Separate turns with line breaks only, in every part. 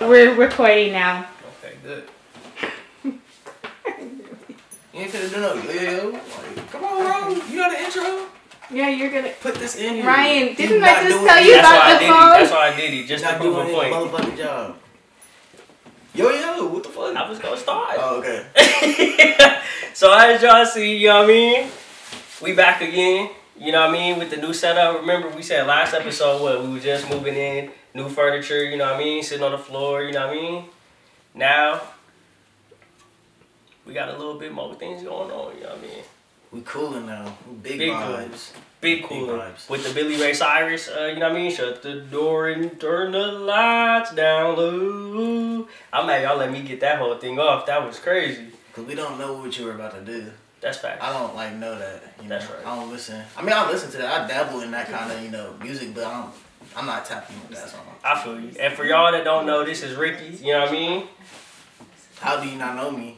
we're recording now.
Okay, good. You ain't finna do no yo. Like, come on, Ron. You know the intro.
Yeah, you're gonna.
Put this in here.
Ryan,
You
didn't
not
I just
doing
tell
it.
you
That's why
about
I did it.
the
That's
phone?
why I did it. Just
You're
to
not
prove
doing
a
his
point.
motherfucking job. Yo yo, what the fuck?
I was gonna start.
Oh okay.
so as y'all see, you know what I mean? We back again. You know what I mean? With the new setup. Remember we said last episode what we were just moving in, new furniture, you know what I mean? Sitting on the floor, you know what I mean? Now we got a little bit more things going on, you know what I mean?
We cooling now. We Big,
Big
vibes.
Big
Big
cool
vibes.
with the Billy Ray Cyrus, uh, you know what I mean? Shut the door and turn the lights down low. I'm mad y'all let me get that whole thing off. That was crazy.
Cause we don't know what you were about to do.
That's facts.
I don't like know that. You know,
That's right.
I don't listen. I mean, I listen to that. I dabble in that kind of you know music, but I'm I'm not tapping into that song.
I feel you. And for y'all that don't know, this is Ricky. You know what I mean?
How do you not know me?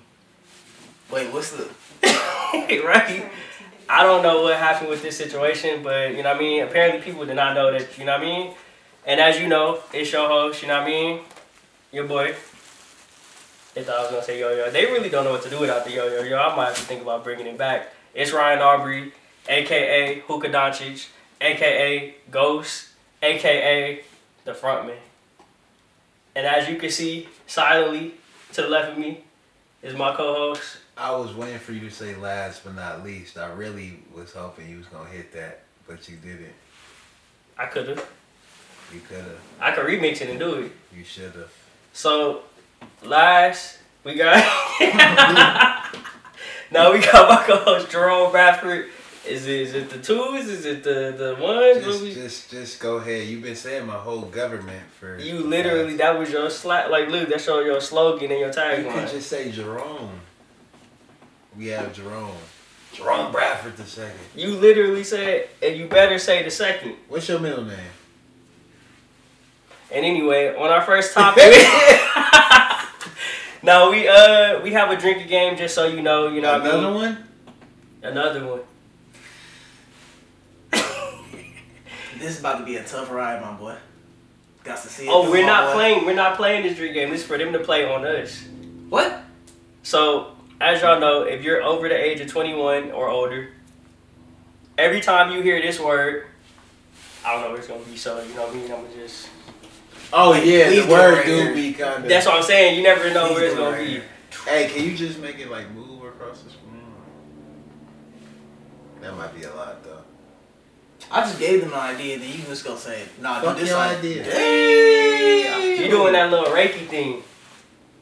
Wait, what's the?
right. I don't know what happened with this situation, but you know what I mean? Apparently people did not know that, you know what I mean? And as you know, it's your host, you know what I mean? Your boy. They thought I was gonna say yo yo. They really don't know what to do without the yo yo yo. I might have to think about bringing it back. It's Ryan Aubrey, aka Hookah Doncic, aka Ghost, aka the frontman. And as you can see, silently to the left of me is my co-host.
I was waiting for you to say last but not least. I really was hoping you was gonna hit that, but you didn't.
I could have.
You could have.
I could remix it and do it.
You should have.
So, last we got no, we got my co-host Jerome Bradford. Is it, is it the twos? Is it the the ones? What
Just,
we-
just, just go ahead. You've been saying my whole government for. uh,
You literally that was your slap. Like, look, that's your your slogan and your
You could
tagline.
just say Jerome. We have Jerome. Jerome Bradford the second.
You literally said, and you better say the second.
What's your middle name?
And anyway, on our first topic. No, we uh we have a drinking game just so you know, you know what I mean?
Another one.
Another one.
This is about to be a tough ride, my boy. Got to see. it
Oh,
through,
we're
my
not
boy.
playing. We're not playing this drink game. This is for them to play on us.
What?
So, as y'all know, if you're over the age of 21 or older, every time you hear this word, I don't know what it's gonna be. So you know what I mean? I'm just.
Oh
please
yeah, the
do it
word
right
do
here.
be kind of.
That's what I'm saying. You never know
Please
where it's
do it
gonna
right
be.
here.
Hey, can you just make it like move across the screen? That might be a lot though.
I just gave them an idea, then you just gonna say, "Nah,
Fuck
do this
your
like-
idea.
Damn.
You doing that little Reiki thing?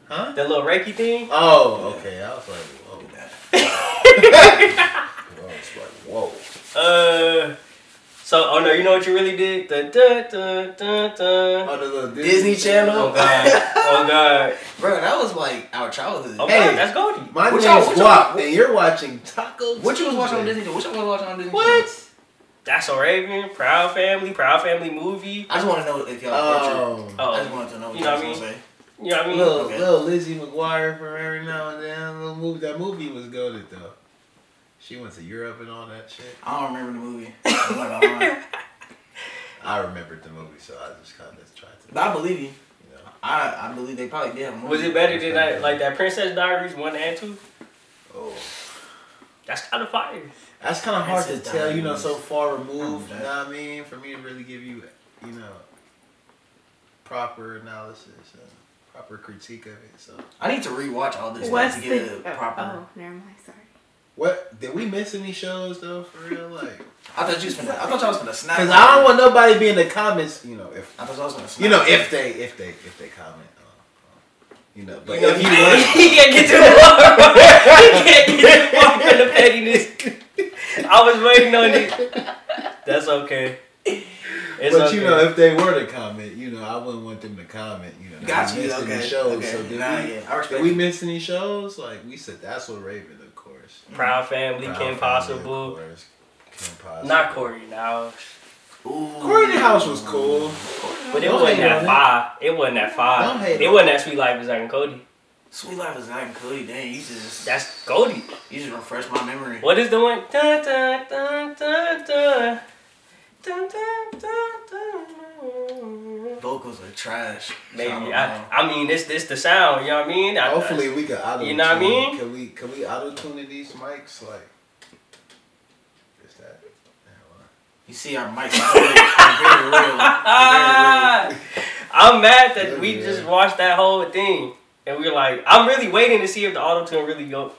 Huh?
That little Reiki thing?
Oh, okay. I was like, whoa. I was like, whoa.
Uh. So, oh no, you know what you really did? Da, da, da, da, da.
Oh, the little Disney,
Disney Channel?
Oh god. Oh god.
Bro, that was like our childhood.
Oh god.
Hey.
That's Goldie.
What
My name's
y'all- what y'all-
Guap, and you're watching Taco.
What you was watching on
Tuesday.
Disney? What you was watching on Disney?
What? That's a Raven, Proud Family, Proud Family movie.
I just want to know if y'all. culture-
Oh,
I just
Oh,
wanted to know
You
what you
know what I
was gonna
mean?
say.
you know what I mean?
little,
Okay.
little Lizzie McGuire from every now and then. Little movie. That movie was goaded though. She went to Europe and all that shit.
I don't remember the movie. I'm not gonna lie.
I remembered the movie, so I just kind of tried to,
but I believe you.
you know.
I I believe they probably did. Have a movie.
Was it better than that, like that Princess Diaries one and two?
Oh.
That's kind of fire.
That's kind of hard to
Princess
tell, you know,
Diaries.
so far removed,
Oh,
you know what I mean? For me to really give you, you know, proper analysis, uh, proper critique of it. So,
I need to rewatch all this
What's
to
the?
get a
oh,
proper.
oh, never mind. Sorry.
what, did we miss any shows though, for real? Like,
I thought you was gonna. I thought y'all was gonna snap.
because I don't want nobody being in the comments, you know, if,
I thought y'all was gonna snap.
you know, if they, if they, if they comment, uh, uh, you know, but if you want,
he can't get too far. he can't get too far from the pettiness. I was waiting on it. That's okay. It's
but
okay.
you know, if they were to comment, you know, I wouldn't want them to comment, you know. that
Got
we
you.
missed any
Okay.
shows,
okay.
so did
nah,
we-
yeah. I
Did
respect.
we
you.
miss any shows? Like we said, that's what Raven, of course.
Proud Family,
Proud
Kim
Family,
Possible,
of course. Kim Possible.
not Corey now,
Ooh.
Corey in the House was cool.
but it
Don't
wasn't
hate
that
on it.
five. It wasn't that
Don't
five.
hate
It
on
wasn't that Sweet Life of Zack and Cody.
Sweet Life is not Cody. Dang, you just
That's Cody.
you just refreshed my memory.
What is the one? Dun, dun, dun, dun, dun. Dun, dun, dun, dun.
Vocals those are trash. So I
Maybe
don't
I,
know.
I mean this this the sound, you know what I mean? I,
Hopefully we can auto.
You know what I mean?
Can we can we auto tune these mics like? Is that?
you see our mics are very, are very real. They're Very real.
Ah! I'm mad that we
Yeah.
just watched that whole thing and we are like, I'm really waiting to see if the auto tune really go.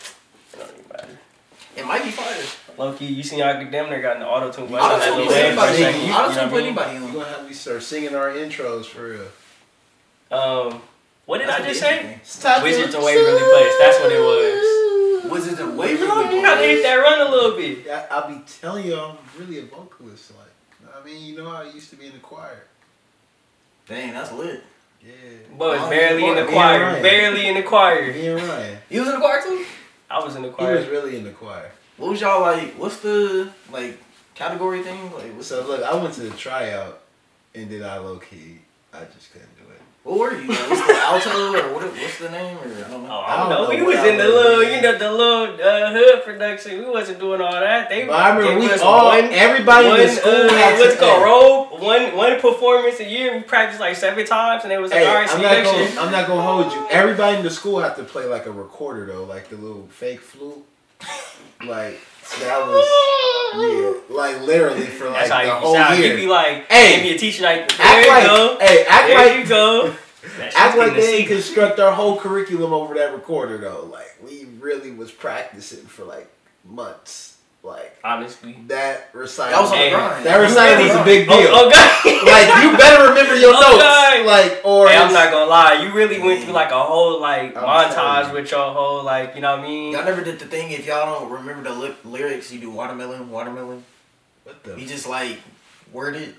It might be fire.
Loki, you seen how damn near got in the auto tune.
I
that
don't
little
put
band for a
anybody
second,
on.
you-
I don't put anybody
We're
on.
gonna have me start singing our intros for real.
Um, what did
That's
I
what
just
they
say?
think.
Wizards of Waverly Place. That's what it was.
Wizards of
You know,
Waverly
you gotta hit
Place.
that run a little bit.
I, I'll be telling you, I'm really a vocalist. Like, I mean, you know, I used to be in the choir.
Dang, that's lit.
Yeah.
But
Oh,
barely in the
yeah,
choir.
right.
Barely in the choir.
Me and Ryan.
You was in the choir too?
I was in the
He was
choir.
really in the choir.
What was y'all like? What's the like category thing? Like, what's
So look, I went to the tryout, and then I low key, I just couldn't do it.
what were you? Like, what's the alto or what, what's the name or I don't
Oh,
know.
I don't know. We
what
was
I
in the
was
little,
in.
you know, the little uh, hood production. We wasn't doing all that. They,
But I
they
remember we
was
all,
one-
everybody in
one,
the school
uh,
had
what's it
to-
called robe one one performance a year. We practiced like seven times, and it was like,
Hey,
all right, see
I'm
you
not
next
gonna,
year.
I'm not gonna hold you. Everybody in the school had to play like a recorder though, like the little fake flute. Like that was, yeah, like literally for like
That's how
the
you
whole
sound.
year.
You be like,
Hey,
hey, give me a teacher like, there
act
you
like,
go,
hey, act
there
like,
you go. That shit's
act like
getting a
they didn't
C.
construct our whole curriculum over that recorder though. Like we really was practicing for like months. Like
Honestly,
that recital.
That was on
Hey,
the grind.
that recital was a big deal.
oh, oh god.
Like you better remember your
Oh,
notes.
God.
Like or
Hey, I'm
it's-
not gonna lie. You really went through like a whole like
I'm telling
montage
you.
with your whole like you know what I mean.
Y'all never did the thing if y'all don't remember the ly- lyrics. You do watermelon, watermelon.
What the
You just like word it.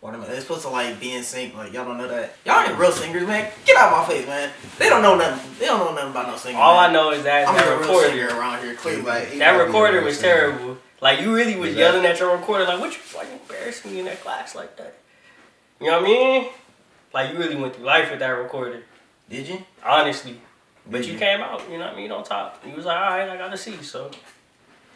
Watermelon. It's supposed to like be in sync. Like y'all don't know that. Y'all ain't real singers, man. Get out of my face, man. They don't know nothing. They don't know nothing about no singing.
All
man.
I know is that
I'm
that
a real
recorder,
singer around here,
He
clearly.
might- he
that
might be
recorder
the
was
worst singer.
terrible. Like you really was
Exactly.
yelling at your recorder, like, "What you like embarrassing me in that class like that?" You know what I mean? Like you really went through life with that recorder,
Did you?
honestly. But
Did
you came out, you know what I mean, on top. You was like, "All right, I got to see." So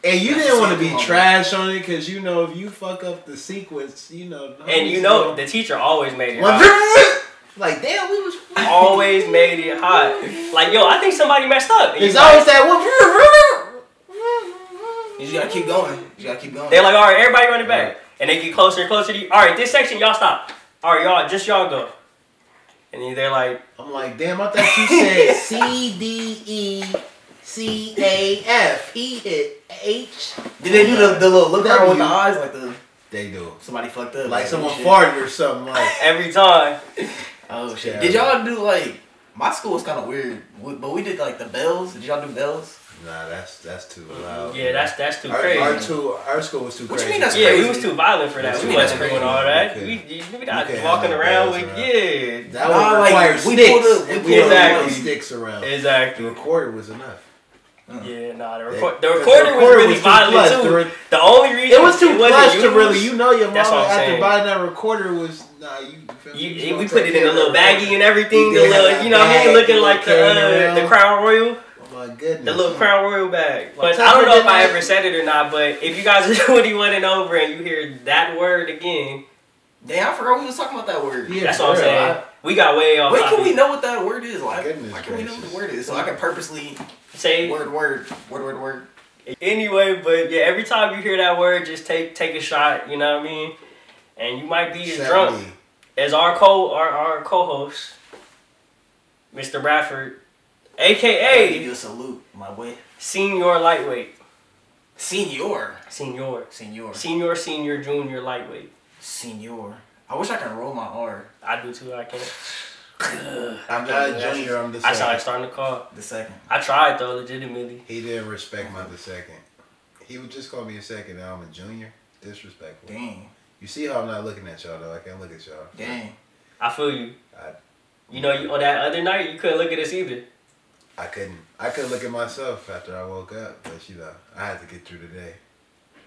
And you
That's
didn't
the
want to
same
be
moment.
trash on it because you know if you fuck up the sequence, you know.
and you know the teacher always made it. hot.
like damn, we was.
always made it hot. Like yo, I think somebody messed up. And you
It's always that one.
You just gotta keep going. You gotta keep going.
They're like, all right, everybody run it back. And they get closer and closer to you. All right, this section, y'all stop. All right, y'all, just y'all go. And then they're like,
I'm like damn, I thought you said C D E C A F E hit H.
Did they do the, the little look around with the
W.
eyes like the
They do
somebody fucked up?
like someone
oh, shit.
farted or something like.
every time.
Oh shit!
Yeah.
Did y'all do like my school was kind of weird, we- but we did like the bells. Did y'all do bells?
Nah, that's that's too loud.
Yeah, that's that's too
our,
crazy.
Our two, our school was too
What you
crazy.
mean that's
yeah, we
crazy.
was too violent for that.
That's
We
crazy.
wasn't
That's
doing
crazy.
all that.
Okay.
We, you- we not
You can't
walking
have
around
bells
with
around.
yeah.
Nah,
That would
like,
require
we
sticks.
pulled up- we
and
pulled
don't
up,
want
like-
sticks around. The
Exactly.
recorder was enough.
Yeah, nah. The, record, the
The
recorder was
recorder
really
was too
violent
plush.
too.
The re-
the only reason
It was too
wasn't
plush to
used-
really, you know, your
That's
mama
what I'm
after
saying.
buying that recorder was nah. You, you feel me?
You,
You
we put
gonna take
it in
care
a
of Oh
little baggie and everything. The
You did have
little,
that
you know, what I
bag,
mean, looking
you
like the
carrying
uh, the
around.
Crown Royal.
Oh my goodness.
The little Crown Royal bag. But
Tucker
I don't know if
didn't
I
like-
ever said it or not, but if you guys are 21 and over and you hear that word again,
Damn, I forgot we was talking about that word.
Yeah,
that's what I'm
for real.
saying. We got way off
When can
topic.
we know what that word is? Like,
Goodness
why can we know what
gracious.
the word is? So I can purposely
Say
word word word word word.
anyway, but yeah, every time you hear that word, just take take a shot, you know what I mean? And you might be as
Except
drunk
me.
as our co our, our co-host, Mr. Bradford,
I give
aka
you a salute, my boy.
Senior Lightweight.
Senior,
Senior.
senior,
Senior, senior, junior, lightweight.
senior. I wish I can roll my R.
I do too, I can't.
I'm not a junior. I'm the
I sound like
second.
starting to call.
The second.
I tried though, legitimately.
He didn't respect my the second. He would just call me a second. Now I'm a junior. Disrespectful.
Dang,
You see how I'm not looking at y'all though. I can't look at y'all.
dang.
I feel you.
I-
you know, you, on that other night, you couldn't look at us either.
I couldn't. I couldn't look at myself after I woke up, but you know, I had to get through the day.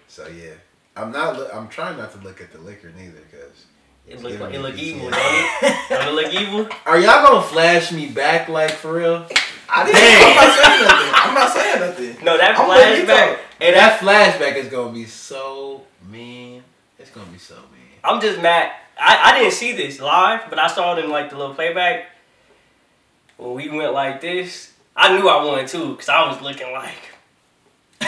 So yeah, I'm not. Look, I'm trying not to look at the liquor neither, cause
It
It's
looked
giving
like, it looked
me PTSD.
evil, don't it? Don't it look evil?
Are y'all gonna flash me back like for real?
I didn't. I'm not saying nothing. I'm not saying nothing.
No, that
I'm letting you
flashback.
talk.
And that,
that flashback is gonna be so mean. It's gonna be so mean.
I'm just mad. I, I didn't see this live, but I saw it in like the little playback. When we went like this, I knew I won too, cause I was looking like,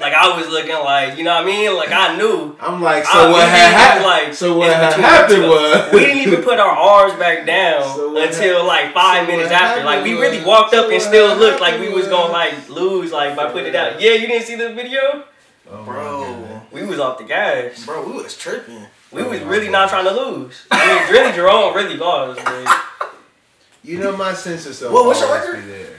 like I was looking like, you know what I mean? Like I knew.
I'm like,
I-
so
we
what had
didn't even,
happened?
like,
so what
it's
had
between us
happened
two.
was
We didn't even put our arms back down
So what
until like five
so
minutes
what
after. Like we
happened
really
was-
walked up
so
and
what
still looked like we
happened
was gonna
was-
like lose like by
So
putting it
what
out. Yeah, you didn't see the video?
Oh my
Bro,
goodness.
We was off the gas.
bro, we was tripping.
We
Oh
was
my
really not trying to lose. I mean, really, Jerome really lost. Man.
You know my senses of
Well, what's your
always
record?
be there.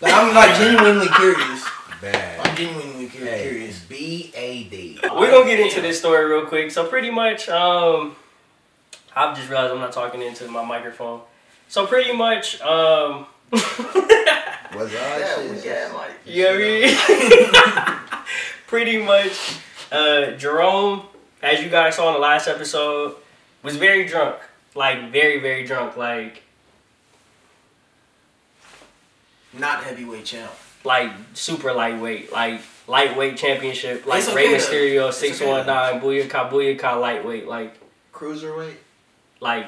Like, I'm like genuinely curious. I'm
Bad.
genuinely cu-
Hey,
curious.
B A D.
We're gonna get into this story real quick. So pretty much, um, I've just realized I'm not talking into my microphone. So pretty much, um, you
Was I?
Yeah,
shit?
we got like.
know what I mean? pretty much, uh, Jerome, as you guys saw in the last episode, was very drunk. Like very, very drunk. Like,
Not heavyweight champ.
like super lightweight. Like lightweight championship. Like
It's okay
Rey
though.
Mysterio,
It's okay
six one nine, booyaka, booyaka, lightweight. Like,
Cruiserweight,
like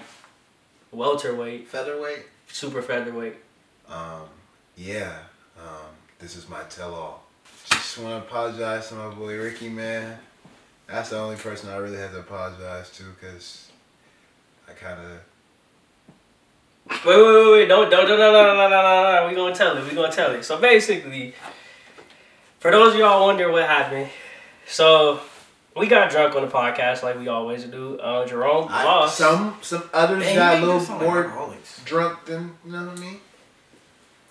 welterweight,
featherweight.
super featherweight.
Um, yeah. Um, this is my tell-all. Just want to apologize to my boy Ricky, man. That's the only person I really have to apologize to, cause I kind of
Wait, wait, wait, wait! Don't, don't, don't, no, no, no, no, no, no! We gonna tell it. We gonna tell it. So basically, for those of y'all wonder what happened, so we got drunk on the podcast like we always do. Uh, Jerome
I-
lost.
some some others
Dang,
got a
you make it
little
sound like
more
alcoholics.
drunk than you know what I mean.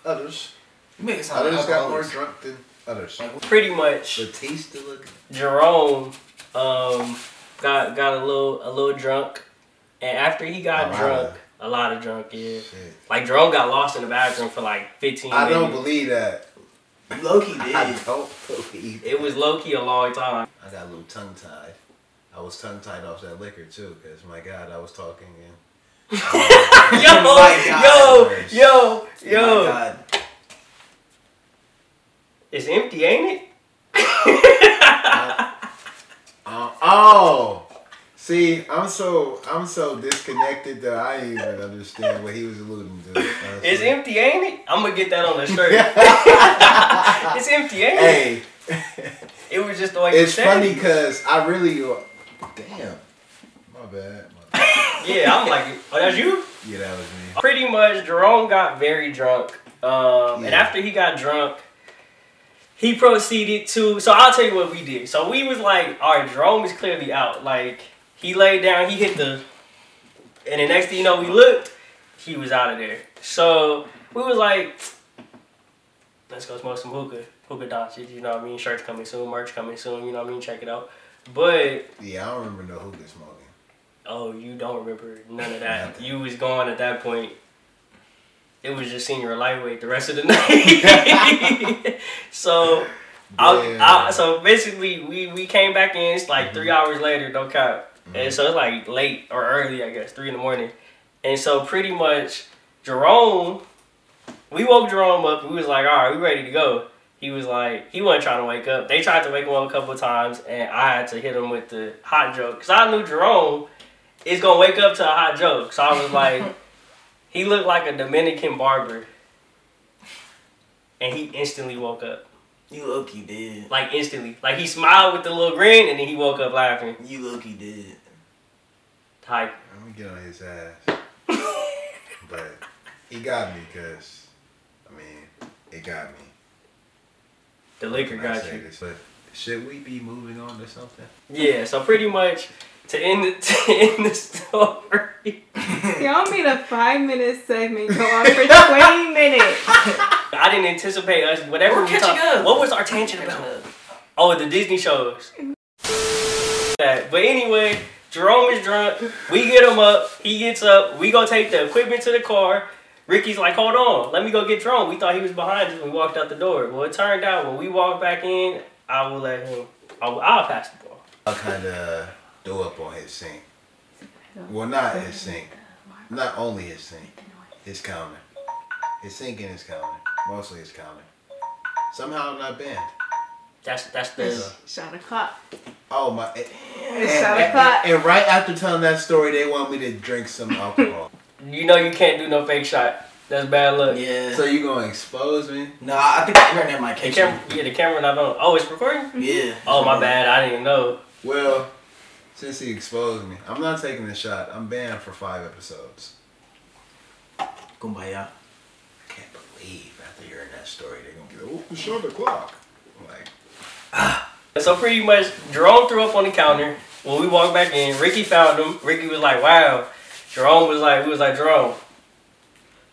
Others,
You make it sound like
others got more
alcoholics.
drunk than others.
Pretty much,
Batista look.
Jerome um, got got a little a little drunk, and after he
A
got
lot
drunk,
of-
a lot of drunk, yeah.
Shit.
Like Jerome got lost in the bathroom for like fifteen.
I don't
minutes.
believe that.
Loki did. Oh
I don't believe
It was low key a long time.
I got a little tongue tied. I was tongue tied off that liquor too, because my God, I was talking and.
yo,
Oh
yo,
my
God.
yo,
Oh my
yo.
God.
It's empty, ain't it?
Uh, oh, see, I'm so I'm so disconnected that I didn't even understand what he was alluding to. honestly.
It's empty, ain't it? I'm gonna get that on the shirt. it's empty, ain't it?
Hey,
It was just the way you
it's
said
funny
it.
because I really, damn, my bad. my bad.
Yeah, I'm like, oh, that's you.
Yeah, that was me.
Pretty much, Jerome got very drunk, um, and
Yeah.
after he got drunk, he proceeded to. So I'll tell you what we did. So we was like, all right, Jerome is clearly out. Like he laid down, he hit the, and the next thing you know, we looked, he was out of there. So we was like, let's go smoke some hookah, hookah doncic. You know what I mean? Shirts coming soon, merch coming soon. You know what I mean? Check it out. But
Yeah, I don't remember no hookah smoking.
Oh, you don't remember none of that. You was gone at that point. It was just senior lightweight the rest of the night. so I, I,
Damn.
so basically we, we came back in it's like three hours later, no cap. And so it's like late or early, I guess, three in the morning. And so pretty much Jerome we woke Jerome up, we was like, Alright, we ready to go. He was like, he wasn't trying to wake up. They tried to wake him up a couple of times, and I had to hit him with the hot joke. Because I knew Jerome, it's gonna wake up to a hot joke. So I was like, he looked like a Dominican barber. And he instantly woke up.
You Loki did.
Like instantly. Like he smiled with the little grin and then he woke up laughing.
You Loki did.
Type.
I'm gonna get on his ass. but he got me because, I mean, it got me.
The liquor
Can I
got
say
you.
this? But should we be moving on to something?
Yeah, so pretty much to end the, to end the story.
Y'all made a five minute segment go on for 20 minutes.
I didn't anticipate us whatever
We're
we
catching
talked.
up.
What was our tangent about? Oh, the Disney shows. That. But anyway, Jerome is drunk. We get him up. He gets up. We go take the equipment to the car. Ricky's like, hold on, let me go get Jerome. We thought he was behind us. when We walked out the door. Well, it turned out when we walked back in, I will let him. I will, I'll pass the ball.
I kind of threw up on his sink. Well, not his sink. Not only his sink, his counter. His sink and his counter. Mostly his counter. Somehow I'm not banned.
That's that's
It's
the
shot o'clock.
Oh my! And,
It's shot
and-
o'clock.
and right after telling that story, they want me to drink some alcohol.
you know you can't do no fake shot. That's bad luck.
Yeah.
so you gonna expose me?
no, I think the internet might
The
catch
camera,
you.
yeah, the camera not on. Oh, it's recording.
Yeah.
Oh my bad, I didn't know.
Well, since he exposed me, I'm not taking the shot. I'm banned for five episodes.
Kumbaya.
I can't believe after hearing that story, they're gonna be like, "Oh, show the clock." I'm like,
So pretty much, Jerome threw up on the counter. When we walked back in, Ricky found him. Ricky was like, "Wow." Jerome was like, "We was like, Jerome,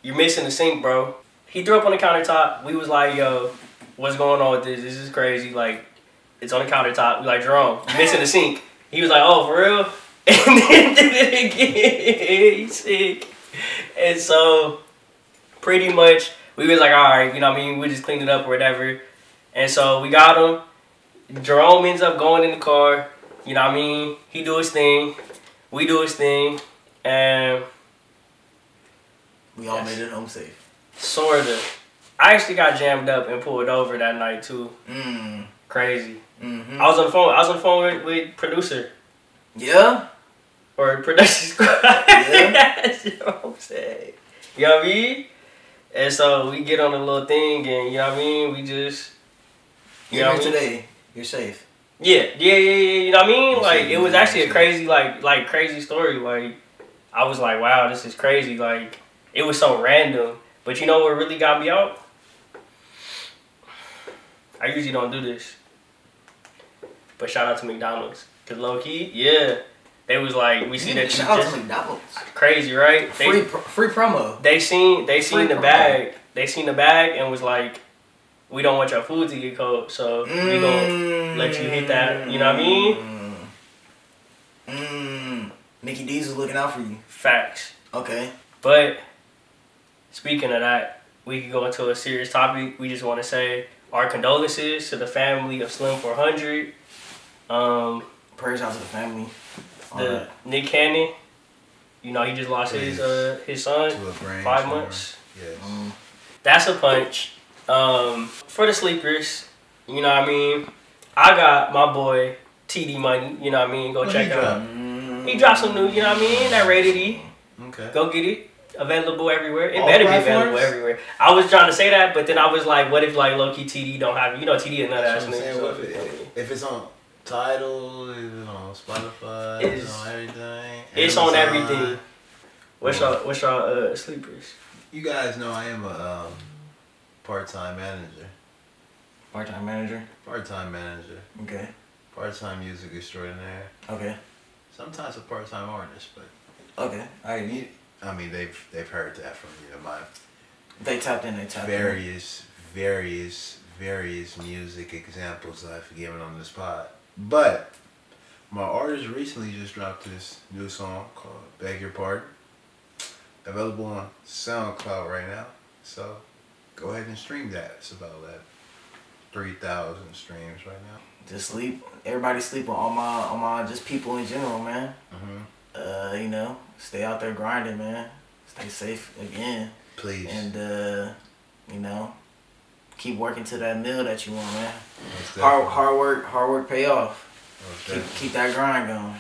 you're missing the sink, bro." He threw up on the countertop. We was like, "Yo, what's going on with this? This is crazy. Like, it's on the countertop." We like, "Jerome, you missing the sink." He was like, "Oh, for real?" And then did it again. He's sick. And so, pretty much, we was like, "All right, you know what I mean? We just cleaned it up or whatever." And so we got him. Jerome ends up going in the car. You know what I mean? He do his thing. We do his thing. And
We all
Yes.
made it home safe.
sort of. I actually got jammed up and pulled over that night too.
Mm.
Crazy.
Mm-hmm.
I was on the phone. I was on the phone with, with producer
Yeah.
or production squad. That's what I'm saying. You know what I mean? And so we get on a little thing and you know what I mean? We just
You're
Yeah.
here today. You're safe.
Yeah, yeah, yeah, yeah. You know what I mean?
You
Like
said
it
you
was
were
actually a
actually-
crazy, like, like crazy story. Like I was like, wow, this is crazy. Like it was so random. But you know what really got me out? I usually don't do this. But shout out to McDonald's, cause low key, yeah, they was like, we see that you
Shout out to
just
McDonald's.
crazy, right? They-
Free, pr- free promo.
they seen they seen the
Freaking
bag. They seen the bag and was like, we don't want your food to get cold, so we
Mm.
gon' let you hit that, you know what I
mean? Mm. Mickey D's is looking out for you.
facts.
Okay.
But speaking of that, we could go into a serious topic. We just want to say our condolences to the family of Slim 400, um,
Prayers out to the family.
the
All right.
Nick Cannon. You know, he just lost his uh, his son
to a brain
five
tumor.
months.
Yes.
Mm.
That's a punch. Um, for the sleepers, you know what I mean. I got my boy TD Money. You know what I mean. Go
What
check
he
out.
drop?
Mm.
He dropped some new. You know what I mean. That rated E.
Okay.
Go get it. Available everywhere. It
All
better be
platforms?
available everywhere. I was trying to say that, but then I was like, what if like Loki TD don't have you know TD another
That's
ass
what I'm
nigga.
saying.
so-
What if, it- if it's on title, it's on Spotify, it's,
It's-
on everything.
it's on
Amazon.
everything. What's y'all what's y'all uh, sleepers?
You guys know I am a um, part-time manager,
Part-time manager.
part-time manager,
Okay.
part-time music extraordinaire.
Okay.
Sometimes a part-time artist, but
Okay. All right. You,
I mean they've they've heard that from you know my
they tapped in. They tapped in.
various various various music examples I've given on this pod. But my artist recently just dropped this new song called "Beg Your Pardon," available on SoundCloud right now. So go ahead and stream that. It's about that three thousand streams right now.
Just sleep. Everybody sleep on all my on my just people in general, man.
hmm
Uh, you know, stay out there grinding, man. Stay safe again.
Please,
and uh, you know, keep working to that mill that you want, man.
most
Hard,
definitely,
hard work, hard work pay off.
most
Keep,
definitely,
keep that grind going.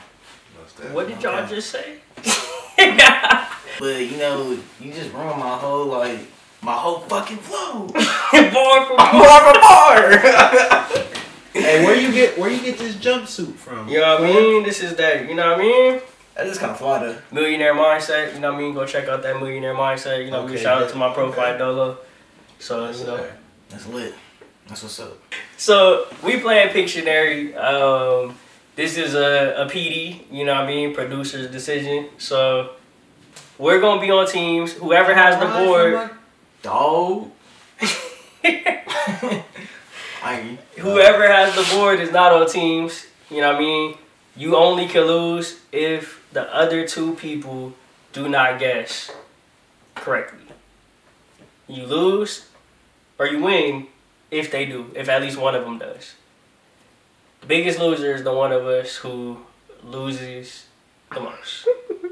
most definitely.
What did y'all
Okay.
just say?
But you know, you just ruined my whole like my whole fucking flow.
Bar for bar.
bar for bar.
Hey, where you get where you get this jumpsuit from?
You know what I mean? This is that, you know what I mean?
I just kind of fly though.
Millionaire Mindset, you know what I mean? Go check out that Millionaire Mindset. You know what I mean?
Okay,
Shout out
yeah,
to my profile
okay.
Dolo. So
Yes,
you know.
sir.
That's lit. That's what's up.
So we playing Pictionary. Um, this is a, a PD, you know what I mean, producer's decision. So we're gonna be on teams. Whoever has the board,
Dog. I
whoever has the board is not on teams. You know what I mean. You only can lose if the other two people do not guess correctly. You lose or you win if they do. If at least one of them does. The biggest loser is the one of us who loses the most.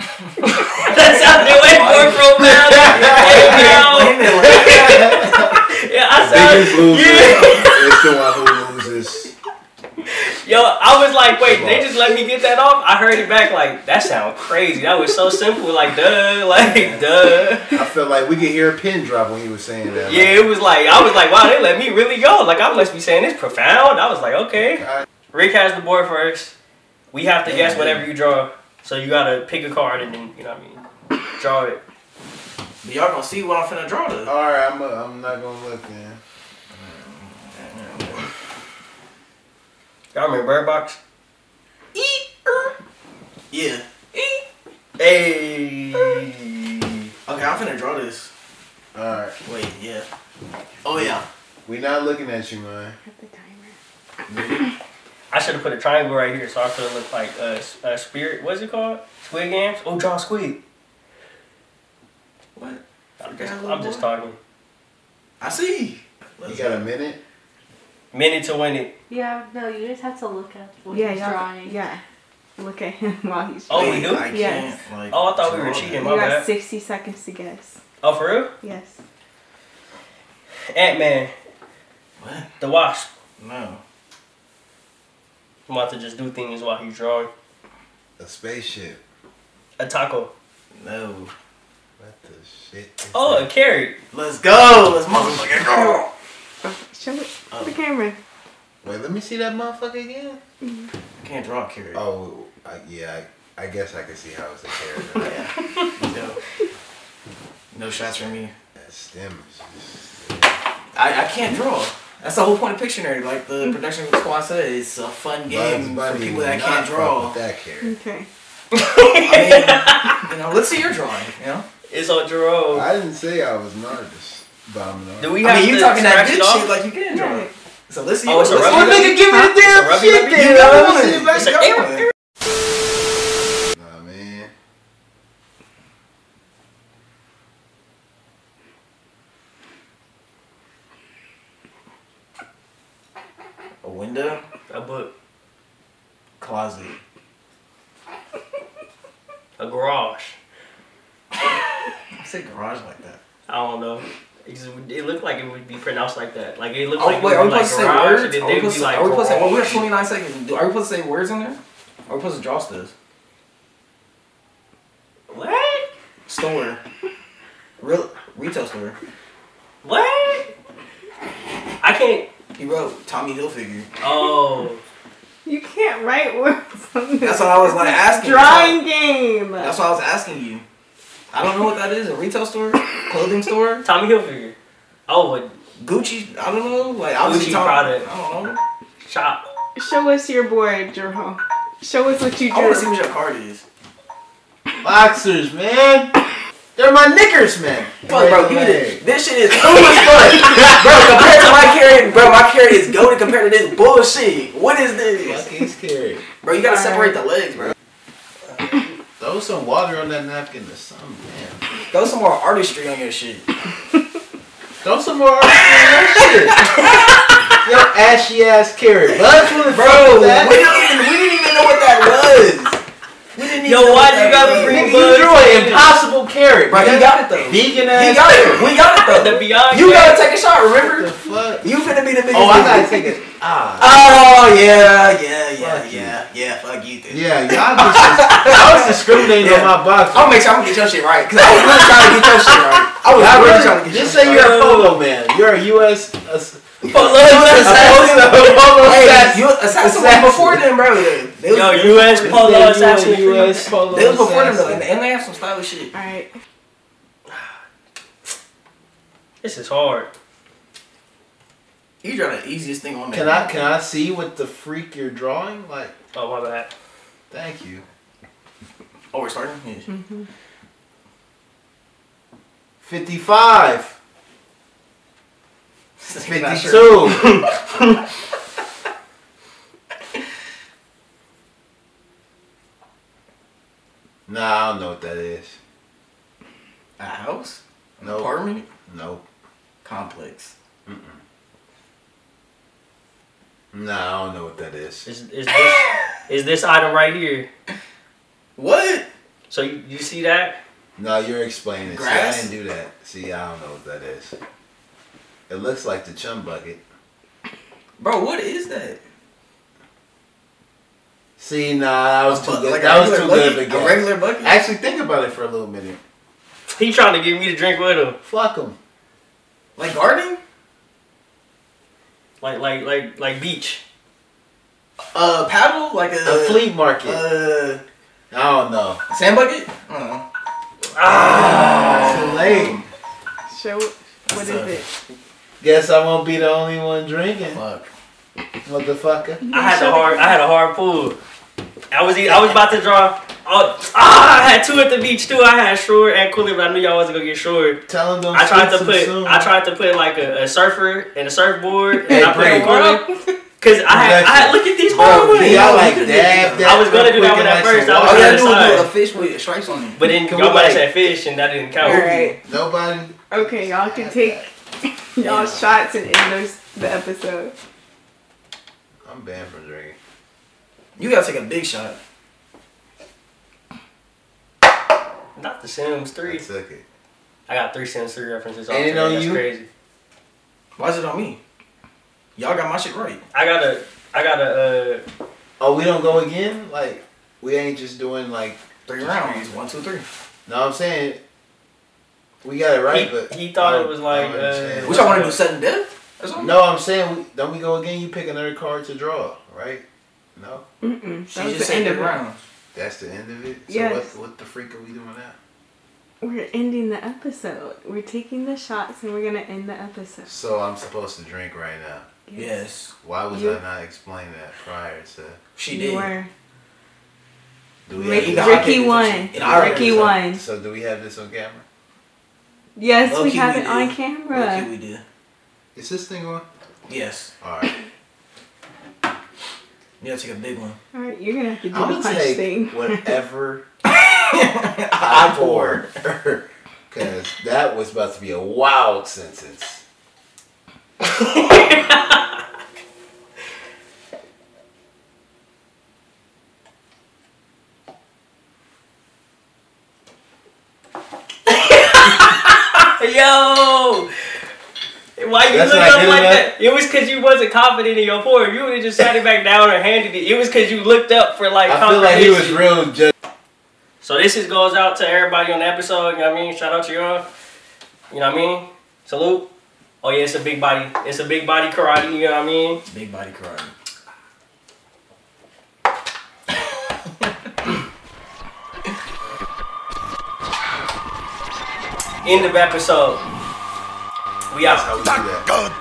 That's how they went for profound. Yeah,
Wait a minute, wait a minute.
I said,
Biggest loser
yeah.
is the one who
Yo, I was like, wait, they just let me get that off. I heard it back like that sound crazy. That was so simple. Like duh, like duh.
I felt like we could hear a pin drop when he was saying that.
Yeah, it was like I was like, wow, they let me really go. Like I must be saying this profound. I was like, okay.
Like,
Rick has the board first. We have to guess whatever you draw. So you gotta pick a card and then you know what I mean. Draw it.
But y'all gonna see what I'm finna draw
I-
to.
all right, I'm, uh, I'm not gonna look, man.
Y'all remember Bird Box?
Yeah.
Hey.
Okay, I'm finna draw this.
All right,
Wait, yeah. Oh yeah.
we're not looking at you, man.
the timer.
I should have put a triangle right here so I could have looked like a, a spirit. What's it called? Squid Games? Oh, draw a squid.
What?
I'm just, I'm just talking.
I see.
You
Let's
got a
go.
minute?
Minute to win it.
Yeah, no, you just have to look at what
Yeah,
he's
y'all-
drawing.
yeah. Look at him while he's.
Oh, we
Wait,
do?
I can't,
Yes.
like,
Oh, I thought we were
draw that.
cheating.
you
my
got
bad.
60 seconds to guess.
Oh, for real?
Yes.
Ant Man,
What?
the Wasp.
No.
I'm about to just do things while he's drawing.
A spaceship.
A taco.
No.
What the shit? is
Oh, a
that?
carrot.
Let's go. Let's motherfucking go.
Show it
Oh.
to the camera.
Wait, let me see that motherfucker again.
I can't draw a carrot.
Oh, I, yeah, I, I guess I can see how it's a carrot.
No. No shots from me.
that stem is just-
I, I can't draw. That's the whole point of Pictionary. Like the production squad said, it's a fun game
Bugs
for
Bunny
people
would
that
not
can't
fuck
draw.
with that carrot.
Okay.
I mean, you know, let's see your drawing. You know,
It's on Jerome.
I didn't say I was nervous, but I'm not.
Do we have
I mean, you
to
talking that
scratch it
good
off?
shit like you can draw.
Yeah.
it. So let's see.
Oh, it's a
let's see
rubber
what
ducky?
nigga give
It's a rubber ducky?
me the damn shit. Then I want to see it back
It's a-
going.
Nah, man.
A window,
A book.
closet,
A garage.
I say garage like that.
I don't know. It's- It looked like it would be pronounced like that. Like it looked
Oh,
like
wait,
it
are we
would be like
supposed to say
garage,
words?
and then
Are we
they would
supposed
be
to?
like
Are we supposed to? Well, we have
garage.
29 seconds. Do- Are we supposed to say words in there? Are we supposed to draw stuff?
What?
Store, real retail store.
What? I can't.
He wrote Tommy Hilfiger.
Oh,
You can't write words on this.
That's what I was, like,
It's a
asking.
Drawing game.
That's why I was asking you. I don't know what that is. A retail store, clothing store,
Tommy Hilfiger. Oh, a
Gucci. I don't know. Like I was
Gucci
talking-
product.
I don't know.
shop.
Show us your board, Jerome. Show us what you
I want to see
drew.
what your card is.
Boxers, man. They're my knickers, man. Oh,
Fuck, bro, give me this. This shit is cool as fuck, bro. Compared to my carrot, bro, my carrot is golden compared to this bullshit. What is this,
Fucking scary.
bro? You gotta separate the legs, bro.
Throw some water on that napkin or something, man.
Throw some more artistry on your shit.
Throw some more water on that shit. Your ashy ass carrot. Bugs wanna
Bro, we
fuck with that.
didn't, even, we didn't even know what that was. We didn't even
Yo,
know
why
what
do
that
you gotta
was.
bring
Nigga, you drew an impossible carrot.
Bro, he got it though. He
Vegan ass.
got it. We got it
The
though.
Beyond.
You gotta take a shot,
What the
remember?
fuck?
You finna be the biggest.
Oh, I
nigga.
gotta take it. Ah.
Oh yeah, yeah, yeah,
Fuck you.
yeah, yeah. Fuck you, dude.
Yeah, y'all just. I was discriminating
Yeah. Oh,
on my box.
I'll make sure I'm gonna get your shit right, cause I was really trying to get your shit right. I was
Y'all
really
really-
trying to get
just
your
say
shit
you're
right.
a polo man. You're a U.S. ass-
Polo
a
assassin.
polo- polo
Hey,
assassin.
you assassin was
Assassin.
before them, bro. They was,
Yo, U.S.
Just
Polo
say you a
Assassin.
U.S. polo
they was before them though, and
assassin.
and they have some stylish shit.
Alright.
This is hard.
You draw the easiest thing on there.
Can I can I see what the freak you're drawing? Like,
Oh my bad.
thank you.
Oh, we're starting. Yeah.
Fifty five.
Not
Fifty
sure.
two. Nah, I don't know what that is.
A house? An
Nope.
apartment?
Nope.
Complex.
Nah, I don't know what that is.
Is, is this is this item right here?
What?
So you, you see that?
No, you're explaining. See, I
Grass?
didn't do that. See, I don't know what that is. It looks like the chum bucket.
Bro, what is that?
See, nah, that was too
But
good.
like a
that was too
regular
good of
bucket- A
a guess.
regular bucket?
Actually, think about it for a little minute.
He trying to get me to drink with him.
Fuck him.
Like gardening?
Like like like like beach.
Uh, paddle? Like a,
A flea market.
Uh,
I don't know.
sand bucket? I don't know.
Ah,
Ah.
Too late.
Show what is it?
Guess I won't be the only one drinking,
Fuck.
motherfucker.
I had a hard I had a hard pool. I was e- I was about to draw. Oh, ah, I had two at the beach too. I had Shore and Cooley, but I knew y'all wasn't gonna get Shore.
Tell him don't
I tried to
speak too
put
soon.
I tried to put like a, a surfer and a surfboard, and
Hey,
I put
Bree.
a Cooley because I had I had look at these
Bro,
hard
be
ones.
all like
I
dab that.
was gonna do that
real quick
one
and
at
like
first,
some
I was
All
water.
trying to
you gotta do is do
decide.
a fish with stripes on it.
But then
Can we,
y'all might have
like-
said fish, and that didn't count.
All right.
Nobody.
Okay, y'all can take y'all shots and end those, the episode.
I'm banned from drinking.
You gotta take a big shot.
Not the Sims
I
Three.
took it.
I got three Sims Three references. All
Ain't it
today.
on
That's
you?
crazy.
Why is it on me? Y'all got my shit right.
I got a I got a. Uh,
Oh, we don't go again? Like, we ain't just doing like.
Three rounds. One, two, three.
No, I'm saying. We got it right, but.
he, he thought
I
it was like.
don't understand.
Uh,
What y'all wanna do? Sudden death? Or something?
No, I'm saying, we, don't we go again? You pick another card to draw, right? No?
Mm-mm.
She
That was
just
the end
said
of
three
it.
rounds.
That's the end of it. So
Yes.
what, what the freak are we doing now?
We're ending the episode. We're taking the shots and we're gonna end the episode.
So I'm supposed to drink right now.
Yes.
Why was
You-
I not explained that prior to?
She
You
did.
were.
Do we
Ricky,
have
Nah, I think
Ricky
it's
won.
actually- I already
Ricky
said-
won.
this, so do we have this on camera?
Yes, we
Low-key
have it
did.
on camera.
Low-key we did.
Is this thing on?
Yes.
All right.
You gotta take a big one.
All right, you're gonna have to do
I'm
the
gonna
punch
take
thing.
whatever
I
I poured. Because that was about to be a wild sentence.
uh, Yo, why you
That's
look
not
up
good
like
enough?
that? It was because you wasn't confident in your pour. If you would have just sat it back down or handed it, it was because you looked up for like
I feel like he was
confirmation.
real just.
so this is goes out to everybody on the episode. You know what I mean? Shout out to y'all. You know what I mean? Salute. Oh yeah, it's a big body. It's a big body karate. You know what I mean?
Big body karate.
End of episode. We out.
How we do that?
God